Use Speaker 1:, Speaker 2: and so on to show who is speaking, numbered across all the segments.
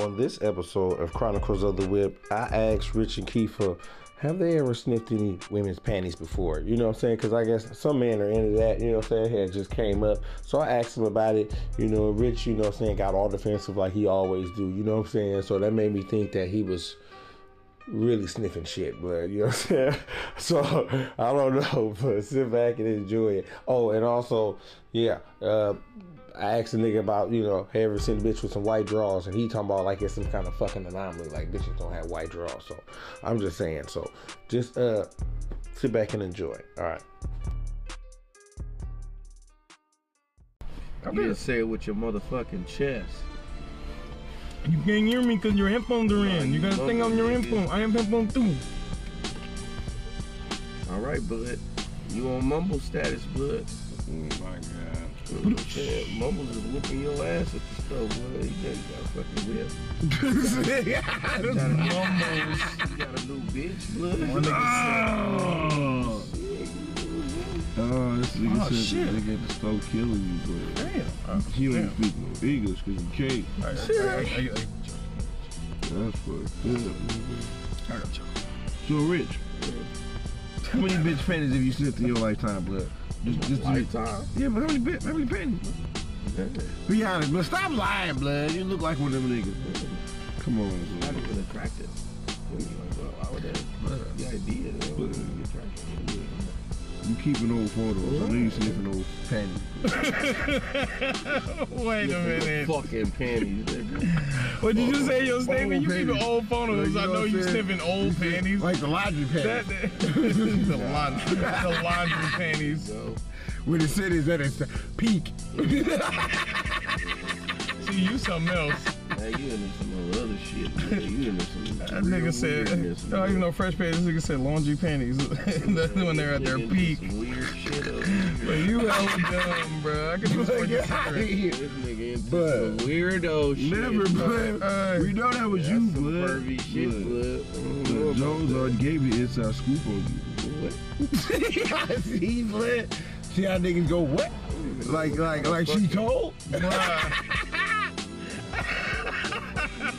Speaker 1: On this episode of Chronicles of the Whip, I asked Rich and Kiefer, have they ever sniffed any women's panties before? You know what I'm saying? Because I guess some men are into that, you know what I'm saying? It just came up. So I asked him about it. You know, Rich, you know what I'm saying, got all defensive like he always do. You know what I'm saying? So that made me think that he was really sniffing shit, but you know what I'm saying? So I don't know, but sit back and enjoy it. Oh, and also, yeah, uh, I asked a nigga about, you know, have you ever seen a bitch with some white drawers? And he talking about like it's some kind of fucking anomaly, like bitches don't have white drawers. So I'm just saying, so just uh sit back and enjoy. All right.
Speaker 2: You just say it with your motherfucking chest.
Speaker 3: You can't hear me because your headphones are in.
Speaker 2: you
Speaker 3: You gotta
Speaker 2: bugging,
Speaker 3: think on your
Speaker 2: nigga.
Speaker 3: headphone. I have headphone too.
Speaker 2: All right, bud. You on mumble status, bud?
Speaker 3: Oh, My God.
Speaker 2: Yeah, mumbles is whooping your ass at the store, bud. You got, you got fucking whip. You got a mumbles. You got a new bitch, bud. Ah.
Speaker 4: Oh, oh this nigga
Speaker 3: Oh,
Speaker 4: said
Speaker 3: shit.
Speaker 4: the nigga at the store killing you, but
Speaker 3: Damn. Uh,
Speaker 4: you ain't
Speaker 3: damn.
Speaker 4: speak no English because you can't.
Speaker 3: I, I, I,
Speaker 4: That's fucked up.
Speaker 3: I, I got you.
Speaker 4: So rich. How many bitch panties have you sniffed in your lifetime, blood? Just, just
Speaker 2: Lifetime.
Speaker 4: Yeah, but how many bitch, how many panties? blood?
Speaker 2: Yeah.
Speaker 4: Be honest, but stop lying, blood. You look like one of them niggas. Come
Speaker 2: Not
Speaker 4: on, blood.
Speaker 2: even attractive. What do you like, bro? Why would that? The idea that it would be attractive.
Speaker 4: you keeping old photos. I know you sniffing old panties.
Speaker 3: Wait a minute.
Speaker 2: Fucking panties, nigga.
Speaker 3: What did you say your
Speaker 4: old
Speaker 3: statement? You keep
Speaker 4: panties.
Speaker 3: old photos.
Speaker 4: Like,
Speaker 3: I
Speaker 4: you know
Speaker 3: know
Speaker 4: what
Speaker 3: you
Speaker 4: I'm saying?
Speaker 3: sniffing old panties.
Speaker 4: Like the laundry
Speaker 3: That,
Speaker 4: panties.
Speaker 3: that- the laundry, the laundry panties.
Speaker 2: So,
Speaker 4: Where the shit is at its peak.
Speaker 3: See, you something else.
Speaker 2: now you into some little other shit, nigga. You into some
Speaker 3: That
Speaker 2: real
Speaker 3: nigga said,
Speaker 2: weirdness,
Speaker 3: I don't even
Speaker 2: bro.
Speaker 3: know fresh panties. This nigga said laundry panties. That's when they're at their
Speaker 2: Nigga,
Speaker 3: peak.
Speaker 2: Some weird shit over here.
Speaker 3: But you hella dumb, bro. I could just smoke a cigarette.
Speaker 2: This nigga into
Speaker 4: Bud.
Speaker 2: some weirdo shit.
Speaker 4: Never, blood.
Speaker 3: Hey.
Speaker 4: we know that was
Speaker 2: That's
Speaker 4: you,
Speaker 2: some
Speaker 4: blood.
Speaker 2: pervy shit,
Speaker 4: Blood.
Speaker 2: blood. I don't know
Speaker 4: But
Speaker 2: about
Speaker 4: Jones
Speaker 2: that.
Speaker 4: already gave me inside scoop on you.
Speaker 2: What?
Speaker 4: See, blood. See how niggas go what? Like, like, like she told.
Speaker 3: Bruh.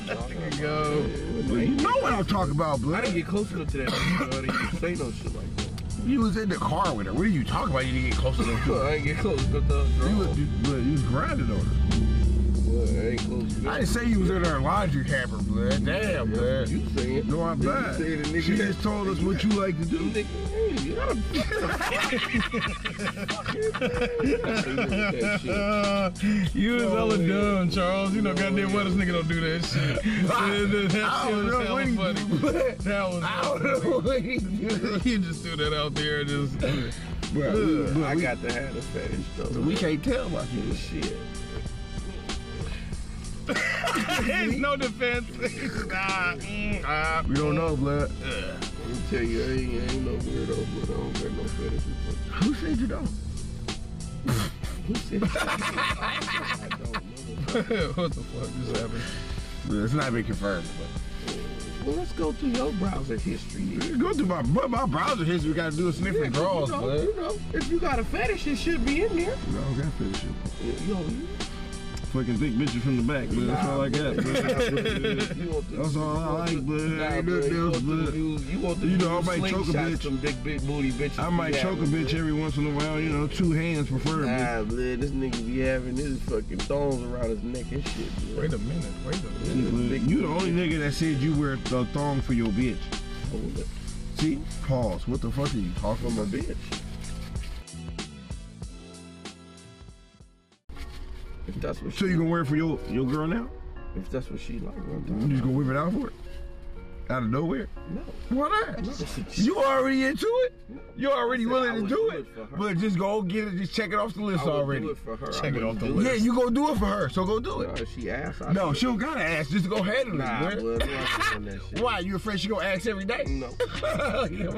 Speaker 3: There you go.
Speaker 4: Well, you know what I'm talking
Speaker 2: I
Speaker 4: about,
Speaker 2: didn't
Speaker 4: blood.
Speaker 2: get close enough to that nigga, bro. I didn't even say no shit like that.
Speaker 4: You was in the car with her. What are you talking about? You didn't get close enough.
Speaker 2: I ain't get close enough to her.
Speaker 4: You was, you, blood, you was grinding on her.
Speaker 2: Blood, I ain't close
Speaker 4: I
Speaker 2: enough.
Speaker 4: didn't say you was in her laundry hamper, blood. Damn, blood.
Speaker 2: You saying?
Speaker 4: No, I'm
Speaker 2: You
Speaker 4: not.
Speaker 2: say the nigga-
Speaker 4: She just told us what you like to do.
Speaker 2: Nigga, hey, you gotta- That shit.
Speaker 3: Uh, you is hella dumb, Charles. You know, goddamn well, this nigga don't do that shit. that shit
Speaker 4: I don't
Speaker 3: was
Speaker 4: know what
Speaker 3: hella
Speaker 4: he
Speaker 3: funny.
Speaker 4: do, blood.
Speaker 3: That was.
Speaker 4: I don't know what he do.
Speaker 3: You just threw that out there. and Just
Speaker 4: Bruh,
Speaker 2: Ugh,
Speaker 4: but
Speaker 2: I
Speaker 4: we-
Speaker 2: got to have the fetish though.
Speaker 4: We can't tell about you.
Speaker 2: shit.
Speaker 3: it's no defense. nah, mm, ah.
Speaker 4: We don't know, blood.
Speaker 2: Let me tell you, I ain't, I ain't no weirdo, but I don't got no fetishes.
Speaker 4: Who said you don't?
Speaker 2: Who said I don't know.
Speaker 3: what the fuck just happened?
Speaker 4: It's not been confirmed, but.
Speaker 2: Well, let's go through your browser history. nigga.
Speaker 4: Go through my but my browser history. We gotta do a sniffing
Speaker 2: Yeah, 'cause
Speaker 4: draws,
Speaker 2: you know,
Speaker 4: blood.
Speaker 2: you know, if you got a fetish, it should be in there.
Speaker 4: No, I got fetish.
Speaker 2: Yo, you-
Speaker 4: Fucking thick bitches from the back, blood. That's all I got. blood.
Speaker 2: you want the-
Speaker 4: That's all I
Speaker 2: you want
Speaker 4: like,
Speaker 2: the-
Speaker 4: blood.
Speaker 2: Nah,
Speaker 4: Ain't nothing
Speaker 2: you
Speaker 4: else,
Speaker 2: want the
Speaker 4: blood.
Speaker 2: dudes- You want the
Speaker 4: You know,
Speaker 2: dudes
Speaker 4: I might choke a
Speaker 2: slingshot
Speaker 4: bitch.
Speaker 2: Some big, big booty bitches.
Speaker 4: I
Speaker 2: be
Speaker 4: might choke a
Speaker 2: having,
Speaker 4: bitch
Speaker 2: blood.
Speaker 4: every once in a while, you know, two hands preferably.
Speaker 2: Nah, blood. This nigga be having his fucking thongs around his neck and shit. Blood.
Speaker 3: Wait a minute. Wait a minute.
Speaker 4: See, blood, you the only nigga that said you wear a thong for your bitch.
Speaker 2: Hold up.
Speaker 4: See? Pause. What the fuck are you talking
Speaker 2: I'm a
Speaker 4: about?
Speaker 2: bitch. If that's what
Speaker 4: So
Speaker 2: she,
Speaker 4: you gonna wear it for your your girl now?
Speaker 2: if that's what she like, one
Speaker 4: You
Speaker 2: time.
Speaker 4: just gonna whip it out for her? Out of nowhere?
Speaker 2: No.
Speaker 4: Why not? You already into it. You already
Speaker 2: I said I
Speaker 4: willing to
Speaker 2: would
Speaker 4: do
Speaker 2: do
Speaker 4: it,
Speaker 2: it for her.
Speaker 4: but just go get it. Just check it off the
Speaker 2: I
Speaker 4: list
Speaker 2: would
Speaker 4: already.
Speaker 2: Do it for her.
Speaker 3: Check it off the list.
Speaker 4: Yeah, you go do it for her. So go do
Speaker 2: No,
Speaker 4: it.
Speaker 2: she asked. I
Speaker 4: No,
Speaker 2: said,
Speaker 4: she don't gotta ask. Just go handle
Speaker 2: Nah,
Speaker 4: it.
Speaker 2: blood.
Speaker 4: Man.
Speaker 2: I'm not doing that shit.
Speaker 4: Why? You afraid she gonna ask every day?
Speaker 2: No,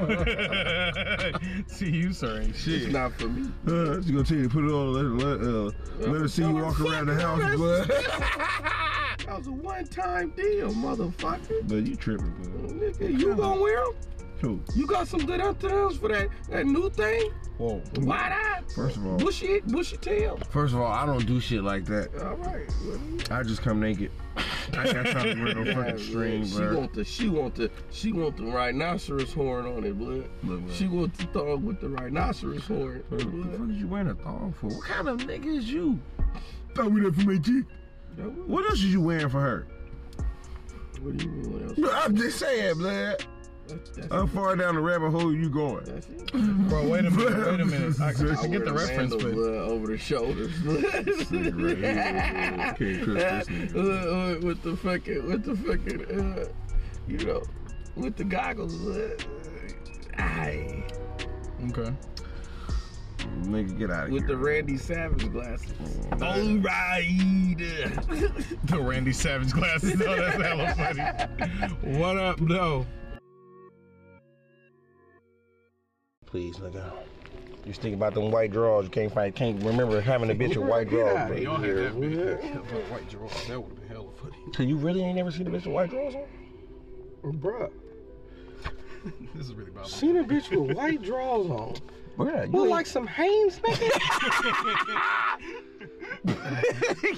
Speaker 3: See, you, sir, ain't
Speaker 2: it's
Speaker 3: shit.
Speaker 2: not for me.
Speaker 4: Uh, she gonna tell you to put it on. Let, let, uh, let her see you walk around the house, but
Speaker 2: That was a one-time deal, motherfucker.
Speaker 4: but you tripping, bud.
Speaker 2: Nigga, you gonna wear 'em?
Speaker 4: Cool.
Speaker 2: You got some good afternoons for that that new thing?
Speaker 4: Whoa.
Speaker 2: Wide eye,
Speaker 4: First of all,
Speaker 2: bushy, bushy tail.
Speaker 4: first of all, I don't do shit like that.
Speaker 2: All right.
Speaker 4: I just come naked.
Speaker 5: I got time to wear no fucking string,
Speaker 2: she
Speaker 5: bro.
Speaker 2: want the she want the she want the rhinoceros horn on it, blood.
Speaker 5: Look, man.
Speaker 2: She want the thong with the rhinoceros horn.
Speaker 5: What the
Speaker 2: blood.
Speaker 5: fuck is you wearing a thong for? What kind of nigga is you?
Speaker 3: Thought we left for my chick.
Speaker 5: What else is you wearing for her?
Speaker 2: What do you mean? What else?
Speaker 5: Bro, I'm just saying, blood.
Speaker 2: That's, that's,
Speaker 5: How far down the rabbit hole you going?
Speaker 2: that's it.
Speaker 3: Bro, wait a minute. Wait a minute. I, I
Speaker 5: I
Speaker 2: I
Speaker 3: get
Speaker 2: wear
Speaker 3: the reference,
Speaker 2: sandal,
Speaker 3: but
Speaker 2: blood, over the shoulders.
Speaker 5: Nigga right here, bro. Can't trust this nigga.
Speaker 2: Look, look, with the fucking, with the fucking, uh, you know, with the goggles. Uh, aye.
Speaker 3: okay.
Speaker 5: Nigga, get out of here.
Speaker 2: With the Randy Savage glasses.
Speaker 3: All right. the Randy Savage glasses. Oh, that's hella funny. What up, though?
Speaker 4: Please, nigga. You just think about them white draws. You can't find, can't remember having a bitch with white
Speaker 2: Get
Speaker 4: draws.
Speaker 2: outta
Speaker 4: bro.
Speaker 2: here.
Speaker 3: Don't have that bitch. White draw. That would have been hella funny.
Speaker 4: So you really ain't never seen a bitch with white draws on?
Speaker 2: Bruh,
Speaker 3: This is really bothering.
Speaker 2: seen a bitch with white drawers on.
Speaker 4: Bro, you
Speaker 2: Look
Speaker 4: ain't-
Speaker 2: like some Hanes, nigga.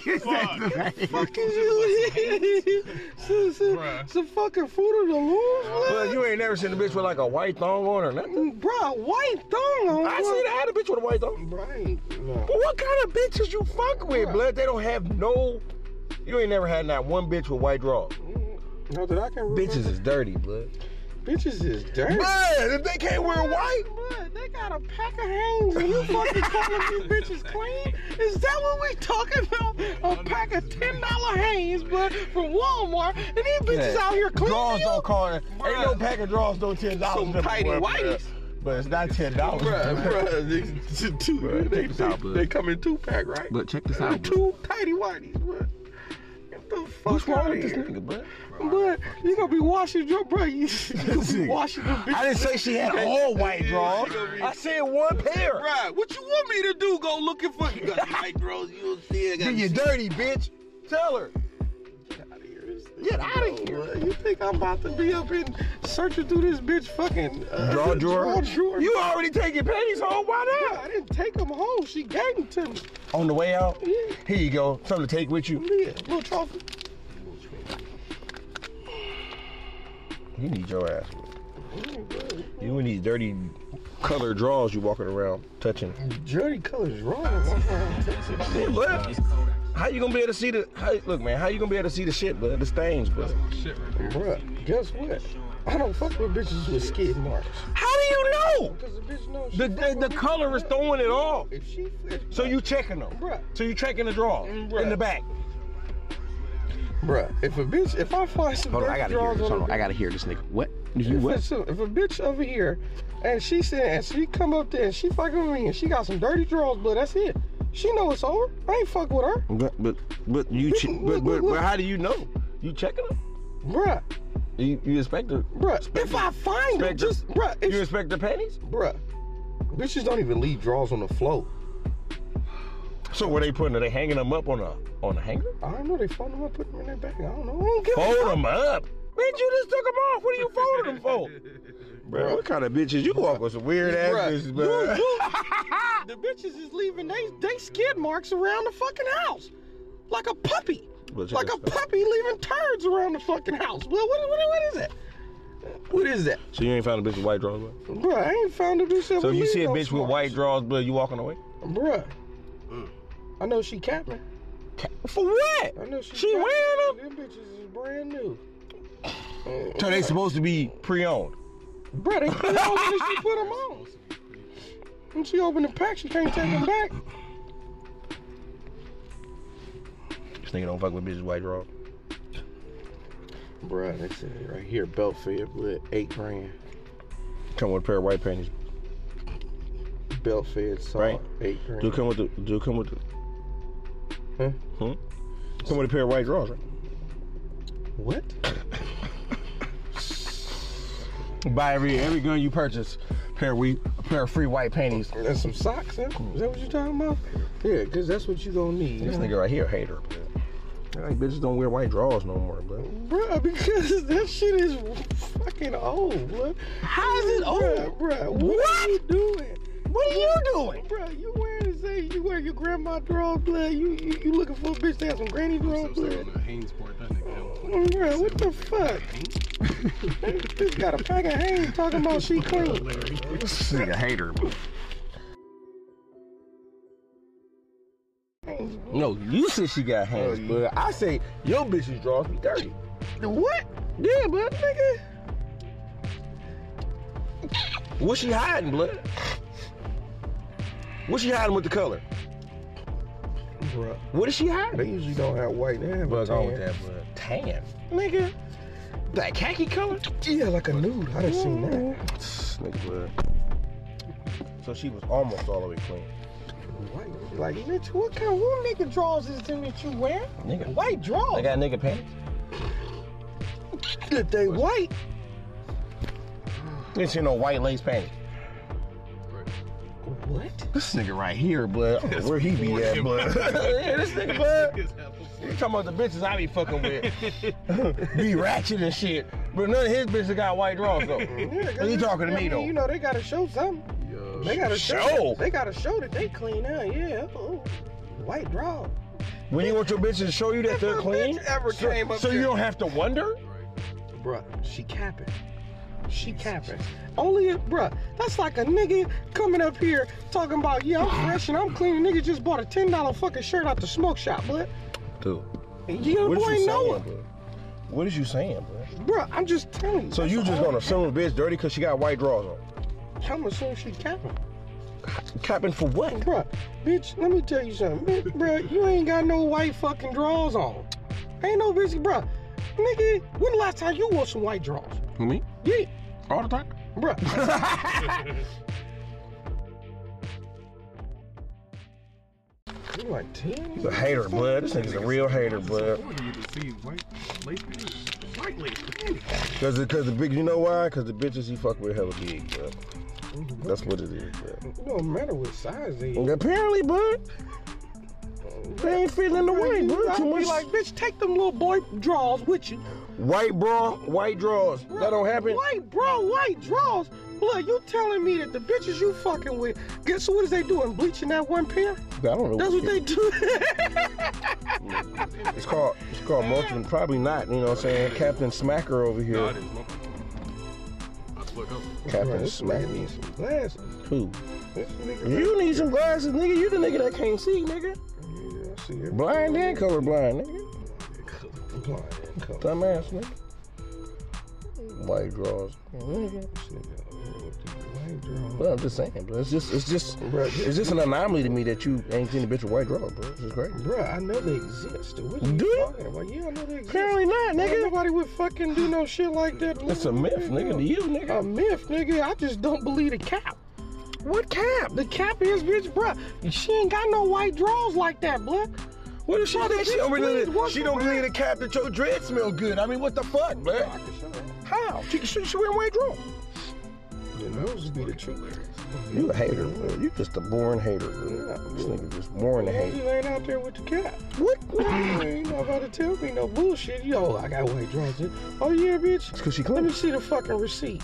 Speaker 2: Fuck is you? some, some,
Speaker 3: Bruh.
Speaker 2: some fucking food of the loom,
Speaker 4: Well, you ain't never seen a bitch with like a white thong on or nothing.
Speaker 2: bruh. Bruh, white thong on.
Speaker 4: I seen I had a bitch with a white thong.
Speaker 2: Right. No.
Speaker 4: But what kind of bitches you fuck with, blood? They don't have no. You ain't never had not one bitch with white draws.
Speaker 2: No, that I can remember.
Speaker 4: Bitches is dirty, blood.
Speaker 2: Bitches is dirty.
Speaker 4: Man, if they can't wear white,
Speaker 2: Blood, they got a pack of Hanes and you fucking calling these bitches clean? Is that what we talking about? A pack of ten dollar Hanes, but from Walmart, and these bitches out here clean.
Speaker 4: draws
Speaker 2: you?
Speaker 4: don't call it. Ain't no
Speaker 2: Bruh.
Speaker 4: pack of draws no ten dollars.
Speaker 2: Some tidy whities.
Speaker 4: But it's not ten dollars.
Speaker 2: bruh, they, two, they,
Speaker 5: this out, bud.
Speaker 2: they, they come in two pack, right?
Speaker 5: But check this
Speaker 2: They're
Speaker 5: out.
Speaker 2: two tidy whities, bruh. Get the fuck
Speaker 4: What's wrong
Speaker 2: outta
Speaker 4: with this
Speaker 2: here.
Speaker 4: nigga, blood?
Speaker 2: But you gonna be washing your bro. You, you gonna be
Speaker 4: Nigga.
Speaker 2: washing the bitch.
Speaker 4: I didn't say she had all white draws. I said one pair.
Speaker 2: Bruh, what you want me to do? Go looking for you. Got white drawers. You don't see it.
Speaker 4: Then you dirty bitch. Tell her.
Speaker 2: Get out of here. You think I'm about to be up in searching through this bitch fucking uh,
Speaker 4: Draw drawer.
Speaker 2: Draw drawer.
Speaker 4: You already taking panties home. Why
Speaker 2: Bruh,
Speaker 4: not?
Speaker 2: I didn't take them home. She gave them to me.
Speaker 4: On the way out,
Speaker 2: Yeah.
Speaker 4: here you go. Something to take with you.
Speaker 2: Yeah, little trophy.
Speaker 4: You need your ass. You in these dirty color draws you walking around touching.
Speaker 2: Dirty colors wrong. Bruh,
Speaker 4: Shit, blood. How you gonna be able to see the? How, look, man. How you gonna be able to see the shit, blood? The stains, blood.
Speaker 3: Shit right there.
Speaker 2: guess what? I don't fuck with bitches with skid marks.
Speaker 4: How do you know?
Speaker 2: Cause the bitch knows she
Speaker 4: The
Speaker 2: fuck
Speaker 4: the,
Speaker 2: with
Speaker 4: the
Speaker 2: me.
Speaker 4: color is throwing it off.
Speaker 2: If she fit,
Speaker 4: So you checking them.
Speaker 2: Bruh.
Speaker 4: So you checking the draw
Speaker 2: Bruh.
Speaker 4: in the back.
Speaker 2: Bruh, if a bitch, if I find some
Speaker 6: Hold on,
Speaker 2: dirty
Speaker 6: I gotta hear
Speaker 2: drawers
Speaker 6: this.
Speaker 2: on a
Speaker 6: Hold on,
Speaker 2: bitch-
Speaker 6: I gotta hear this nigga. What? You
Speaker 2: If,
Speaker 6: what?
Speaker 2: it's a, if a bitch over here and she said and she come up there and she fucking with me and she got some dirty drawers, but that's it. She know it's over. I ain't fuck with her,
Speaker 4: But but but you che- but, but but how do you know? You checking them?
Speaker 2: bruh,
Speaker 4: You you inspect the
Speaker 2: bruh. If I find her,
Speaker 4: inspect the-
Speaker 2: just bruh, if,
Speaker 4: you inspect the panties?
Speaker 2: bruh. Bitches don't even leave drawers on the floor.
Speaker 4: So where they putting? Are they hanging them up on a on a hanger?
Speaker 2: I don't know. They fold them up, put them in their bag. I don't know. I don't give a
Speaker 4: Fold them up. Bitch, you just took them off. What are you folding them for? Bro, what kind of bitches you walk with? Some weird ass
Speaker 2: Bruh,
Speaker 4: bitches, bro.
Speaker 2: you- you- the bitches is leaving they they skid marks around the fucking house, like a puppy,
Speaker 4: Well, check
Speaker 2: like
Speaker 4: this
Speaker 2: a puppy leaving turds around the fucking house. Well, what, what, what is that? What is that,
Speaker 4: So you ain't found a bitch with white draws, bro?
Speaker 2: bruh? I ain't found a bitch. that
Speaker 4: So if
Speaker 2: would
Speaker 4: you
Speaker 2: leave
Speaker 4: see a
Speaker 2: no
Speaker 4: bitch with white Mm. draws, blood, you walking away?
Speaker 2: marks. bruh. I know she capping.
Speaker 4: For what?
Speaker 2: I know she.
Speaker 4: She
Speaker 2: capping.
Speaker 4: wearing
Speaker 2: Them bitches is brand new.
Speaker 4: So they supposed to be pre-owned.
Speaker 2: Bruh, they put on when she put them on. When she opened the pack, she can't take them back.
Speaker 4: This nigga don't fuck with bitches with white draws.
Speaker 2: Bruh, that's it right here. Belt fed with eight grand.
Speaker 4: Come with a pair of white panties.
Speaker 2: Belt fed saw
Speaker 4: Right.
Speaker 2: eight grand.
Speaker 4: Do come with the do come with the
Speaker 2: Huh?
Speaker 4: Hmm? Come with a pair of white draws, right?
Speaker 2: What?
Speaker 4: Buy every every gun you purchase, pair of we a pair of free white panties.
Speaker 2: And some socks, huh? Is that what you're talking about? Yeah, because that's what you gonna need.
Speaker 4: This nigga right here, a hater, blood. Like bitches don't wear white draws no more, blood.
Speaker 2: Bruh, because that shit is fucking old, bruh. How is it old? Bruh, bruh, what, are you doing?
Speaker 4: What are you doing?
Speaker 2: Bruh, you wearing the same, you wear your grandma draw blood. You, you you looking for a bitch that has some granny draw
Speaker 3: I'm still
Speaker 2: blood.
Speaker 3: on the Hanes part. That nigga hella
Speaker 7: Bruh, what the fuck? This got a pack of Hanes talking about she clean.
Speaker 8: This nigga hater. but-
Speaker 4: No, you said she got hands,
Speaker 7: Oh,
Speaker 4: but I say your bitches draws me dirty.
Speaker 7: What? Yeah, but nigga.
Speaker 4: What she hiding, blood? What she hiding with the color?
Speaker 7: Bruh,
Speaker 4: What is she hiding?
Speaker 7: they usually don't have white. They have a
Speaker 4: What's wrong with
Speaker 7: tan.
Speaker 4: that, blood? Tan.
Speaker 7: Nigga.
Speaker 4: That khaki color?
Speaker 7: Yeah, like a nude. I done seen that.
Speaker 4: Nigga, blood. So she was almost all the way clean.
Speaker 7: White. Like, bitch, what kind of what nigga draws is them that you wear?
Speaker 4: Nigga.
Speaker 7: White
Speaker 4: They
Speaker 7: draws.
Speaker 4: got nigga pants?
Speaker 7: If they white,
Speaker 4: This ain't no white lace pants.
Speaker 7: what?
Speaker 4: This nigga right here, blood. I don't know Where he be at, blood? yeah, this nigga, blood. You talking about the bitches I be fucking with. be ratchet and shit. But none of his bitches got white draws though.
Speaker 7: Yeah,
Speaker 4: What you talking to
Speaker 7: I
Speaker 4: me
Speaker 7: mean,
Speaker 4: though?
Speaker 7: You know they gotta show something. They gotta show.
Speaker 4: Show?
Speaker 7: They gotta show that they clean up. Yeah. Oh, white draw.
Speaker 4: When you want your bitches to show you that
Speaker 7: If
Speaker 4: they're
Speaker 7: a
Speaker 4: clean,
Speaker 7: bitch ever
Speaker 4: so,
Speaker 7: came up
Speaker 4: so you
Speaker 7: here-
Speaker 4: don't have to wonder.
Speaker 7: Bruh, she capping. She capping. Only if, bruh, that's like a nigga coming up here talking about, yeah, I'm fresh and I'm clean. Nigga just bought a $10 fucking shirt out the smoke shop, but
Speaker 4: Dude,
Speaker 7: you
Speaker 4: what
Speaker 7: boy
Speaker 4: is you
Speaker 7: know
Speaker 4: saying,
Speaker 7: it.
Speaker 4: bro? What is you saying, bro?
Speaker 7: Bruh, I'm just telling you.
Speaker 4: So you
Speaker 7: that's
Speaker 4: just
Speaker 7: all.
Speaker 4: gonna assume a bitch dirty because she got white draws on?
Speaker 7: I'm assuming she capping.
Speaker 4: Capping for what?
Speaker 7: Bruh, bitch, let me tell you something. Bitch, bruh, you ain't got no white fucking drawers on. Ain't no bitch, bruh. Nigga, when the last time you wore some white drawers?
Speaker 4: Me?
Speaker 7: Yeah,
Speaker 4: All the time?
Speaker 7: bruh. You like 10?
Speaker 4: He's a hater, blood. This nigga's a real hater, blood. Cause, the, cause the big, you know why? Cause the bitches he fuck with hella big, blood. That's what it is, blood.
Speaker 7: It don't matter what size they
Speaker 4: And apparently, blood, Oh, they ain't fitting in the white, blood.
Speaker 7: I'd
Speaker 4: Too
Speaker 7: be
Speaker 4: much
Speaker 7: like, bitch, take them little boy draws with you.
Speaker 4: white bra, white draws. That don't happen.
Speaker 7: White bro, white draws. Look, you telling me that the bitches you fucking with, guess what is they doing? Bleaching that one pair?
Speaker 4: I don't know.
Speaker 7: That's what they do.
Speaker 4: It's called it's called multiple. Probably not. You know what I'm saying? Captain Smacker over here. Captain Smacker needs some
Speaker 7: glasses.
Speaker 4: poo.
Speaker 7: This nigga,
Speaker 4: You need some glasses, nigga. You the nigga that can't see, nigga.
Speaker 7: yeah, I see it.
Speaker 4: Blind and colorblind, nigga.
Speaker 7: Blind and color.
Speaker 4: Dumbass, nigga. White draws. Nigga.
Speaker 7: This nigga, with the white draws.
Speaker 4: Well, I'm just saying, bro. It's just, it's just,
Speaker 7: Bro,
Speaker 4: it's just an anomaly to me that you ain't seen a bitch with white draws, bro. It's just crazy.
Speaker 7: Bruh, I know they exist. What you
Speaker 4: Do you?
Speaker 7: talking about? Yeah, I know they exist.
Speaker 4: Apparently not,
Speaker 7: Ain't
Speaker 4: nigga.
Speaker 7: Nobody would fucking do no shit like that.
Speaker 4: It's a myth, nigga. To you,
Speaker 7: A
Speaker 4: nigga.
Speaker 7: myth, nigga. I just don't believe the cap. What cap? The cap is, bitch, bruh. She ain't got no white draws like that, bruh.
Speaker 4: What if she
Speaker 7: Bro,
Speaker 4: said
Speaker 7: the
Speaker 4: she
Speaker 7: bitch
Speaker 4: don't believe it?
Speaker 7: please want
Speaker 4: She
Speaker 7: some
Speaker 4: don't believe
Speaker 7: bread.
Speaker 4: the cap that your dread smell good. I mean, what the fuck, man?
Speaker 7: can show that.
Speaker 4: How? She she, she wearing white draw.
Speaker 7: Those would be the truth.
Speaker 4: You a hater, bro. You just a born hater, bro.
Speaker 7: Yeah.
Speaker 4: This nigga just born to
Speaker 7: You
Speaker 4: hate.
Speaker 7: ain't out there with the cap. What? you ain't not about to tell me no bullshit. Yo, I got white draws. in. Oh, yeah, bitch.
Speaker 4: It's cause she
Speaker 7: Let
Speaker 4: clean.
Speaker 7: me see the fucking receipt.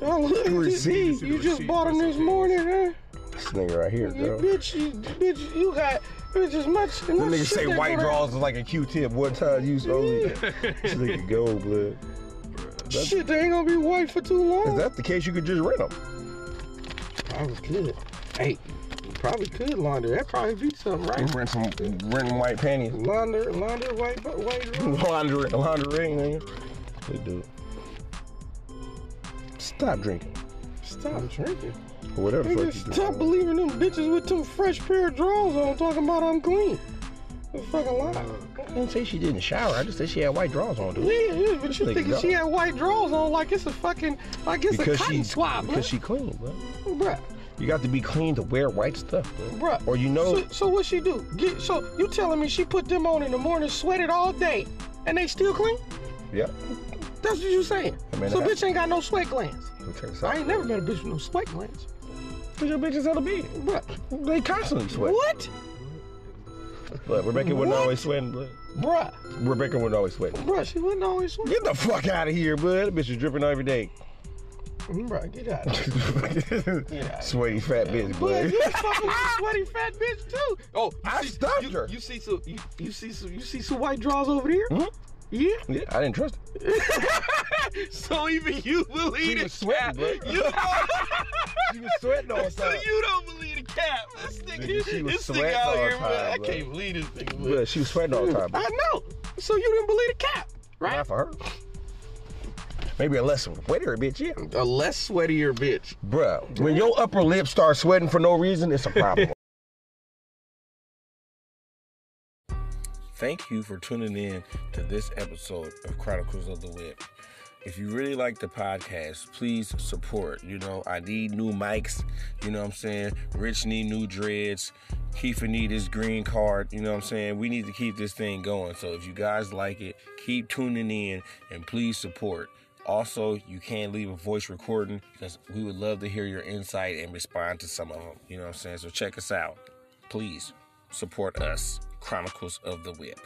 Speaker 7: Oh, look,
Speaker 4: Receipt?
Speaker 7: You just bought them this morning, huh?
Speaker 4: This nigga right here,
Speaker 7: You
Speaker 4: girl.
Speaker 7: bitch, you, bitch, you got bitch as much. That
Speaker 4: This nigga say white draws is like a Q-tip. One time you sold it. This nigga gold blood.
Speaker 7: Shit, they ain't gonna be white for too long.
Speaker 4: Is that the case? You could just rent them.
Speaker 7: Probably could. Hey, you probably could launder. That probably be something, right?
Speaker 4: Rent some, rent them white panties.
Speaker 7: Launder, launder, white, bu- white. room.
Speaker 4: Laundry, laundry, nigga. They do. Stop drinking.
Speaker 7: Stop drinking.
Speaker 4: Or whatever the
Speaker 7: Nigga,
Speaker 4: fuck you do.
Speaker 7: stop believing them bitches with them fresh pair of drawers on talking about I'm clean. That's fucking lie.
Speaker 4: I didn't say she didn't shower. I just said she had white drawers on, dude.
Speaker 7: Yeah, yeah, but you
Speaker 4: nigga
Speaker 7: thinking
Speaker 4: dumb.
Speaker 7: she had white drawers on like it's a fucking, like it's a
Speaker 4: Because
Speaker 7: cotton
Speaker 4: she,
Speaker 7: swab,
Speaker 4: because
Speaker 7: bruh.
Speaker 4: she clean, bro.
Speaker 7: bruh.
Speaker 4: You got to be clean to wear white stuff, bro.
Speaker 7: Bruh.
Speaker 4: Or you know,
Speaker 7: So, so what she do? Get, so you telling me she put them on in the morning, sweated all day, and they still clean?
Speaker 4: yeah.
Speaker 7: That's what you saying.
Speaker 4: I mean,
Speaker 7: so
Speaker 4: that-
Speaker 7: bitch ain't got no sweat glands. I ain't never met a bitch with no sweat glands.
Speaker 4: Cause your bitches out of bed.
Speaker 7: Bruh.
Speaker 4: They constantly sweat.
Speaker 7: What?
Speaker 4: But Rebecca wasn't
Speaker 7: What?
Speaker 4: always sweating, bro.
Speaker 7: Bruh.
Speaker 4: Rebecca wasn't always sweating.
Speaker 7: Bruh, she wouldn't always sweat.
Speaker 4: Get the fuck out of here, bud. That bitch is dripping every day.
Speaker 7: Bruh, get out of here.
Speaker 4: Sweaty fat bitch,
Speaker 7: But
Speaker 4: bud.
Speaker 7: you fucking with a sweaty fat bitch too.
Speaker 2: Oh, you
Speaker 4: I
Speaker 2: see,
Speaker 4: stopped
Speaker 2: you,
Speaker 4: her.
Speaker 2: You see some, you, you see some, you
Speaker 7: You see some white draws over there?
Speaker 4: Mhm.
Speaker 2: Yeah.
Speaker 4: Yeah, I didn't trust it.
Speaker 2: So even you believe
Speaker 4: She
Speaker 2: the
Speaker 4: was sweating,
Speaker 2: cap.
Speaker 4: bro.
Speaker 2: You,
Speaker 4: She was sweating all the
Speaker 2: so
Speaker 4: time.
Speaker 2: you don't believe the cap. This
Speaker 4: Nigga, she
Speaker 2: nigga,
Speaker 4: was
Speaker 2: this nigga
Speaker 4: sweating
Speaker 2: out
Speaker 4: all
Speaker 2: here,
Speaker 4: the
Speaker 2: man,
Speaker 4: time,
Speaker 2: I
Speaker 4: bro.
Speaker 2: can't believe this nigga. man.
Speaker 4: Yeah, she was sweating all the time.
Speaker 2: I
Speaker 4: bro.
Speaker 2: know. So you didn't believe the cap, right?
Speaker 4: Not for her. Maybe a less wetter bitch, yeah.
Speaker 2: A less sweatier bitch.
Speaker 4: Bruh, when your upper lip starts sweating for no reason, it's a problem. Thank you for tuning in to this episode of Chronicles of the Web. If you really like the podcast, please support. You know, I need new mics. You know what I'm saying? Rich need new dreads. Kiefer need his green card. You know what I'm saying? We need to keep this thing going. So if you guys like it, keep tuning in and please support. Also, you can leave a voice recording because we would love to hear your insight and respond to some of them. You know what I'm saying? So check us out. Please support us, Chronicles of the Whip.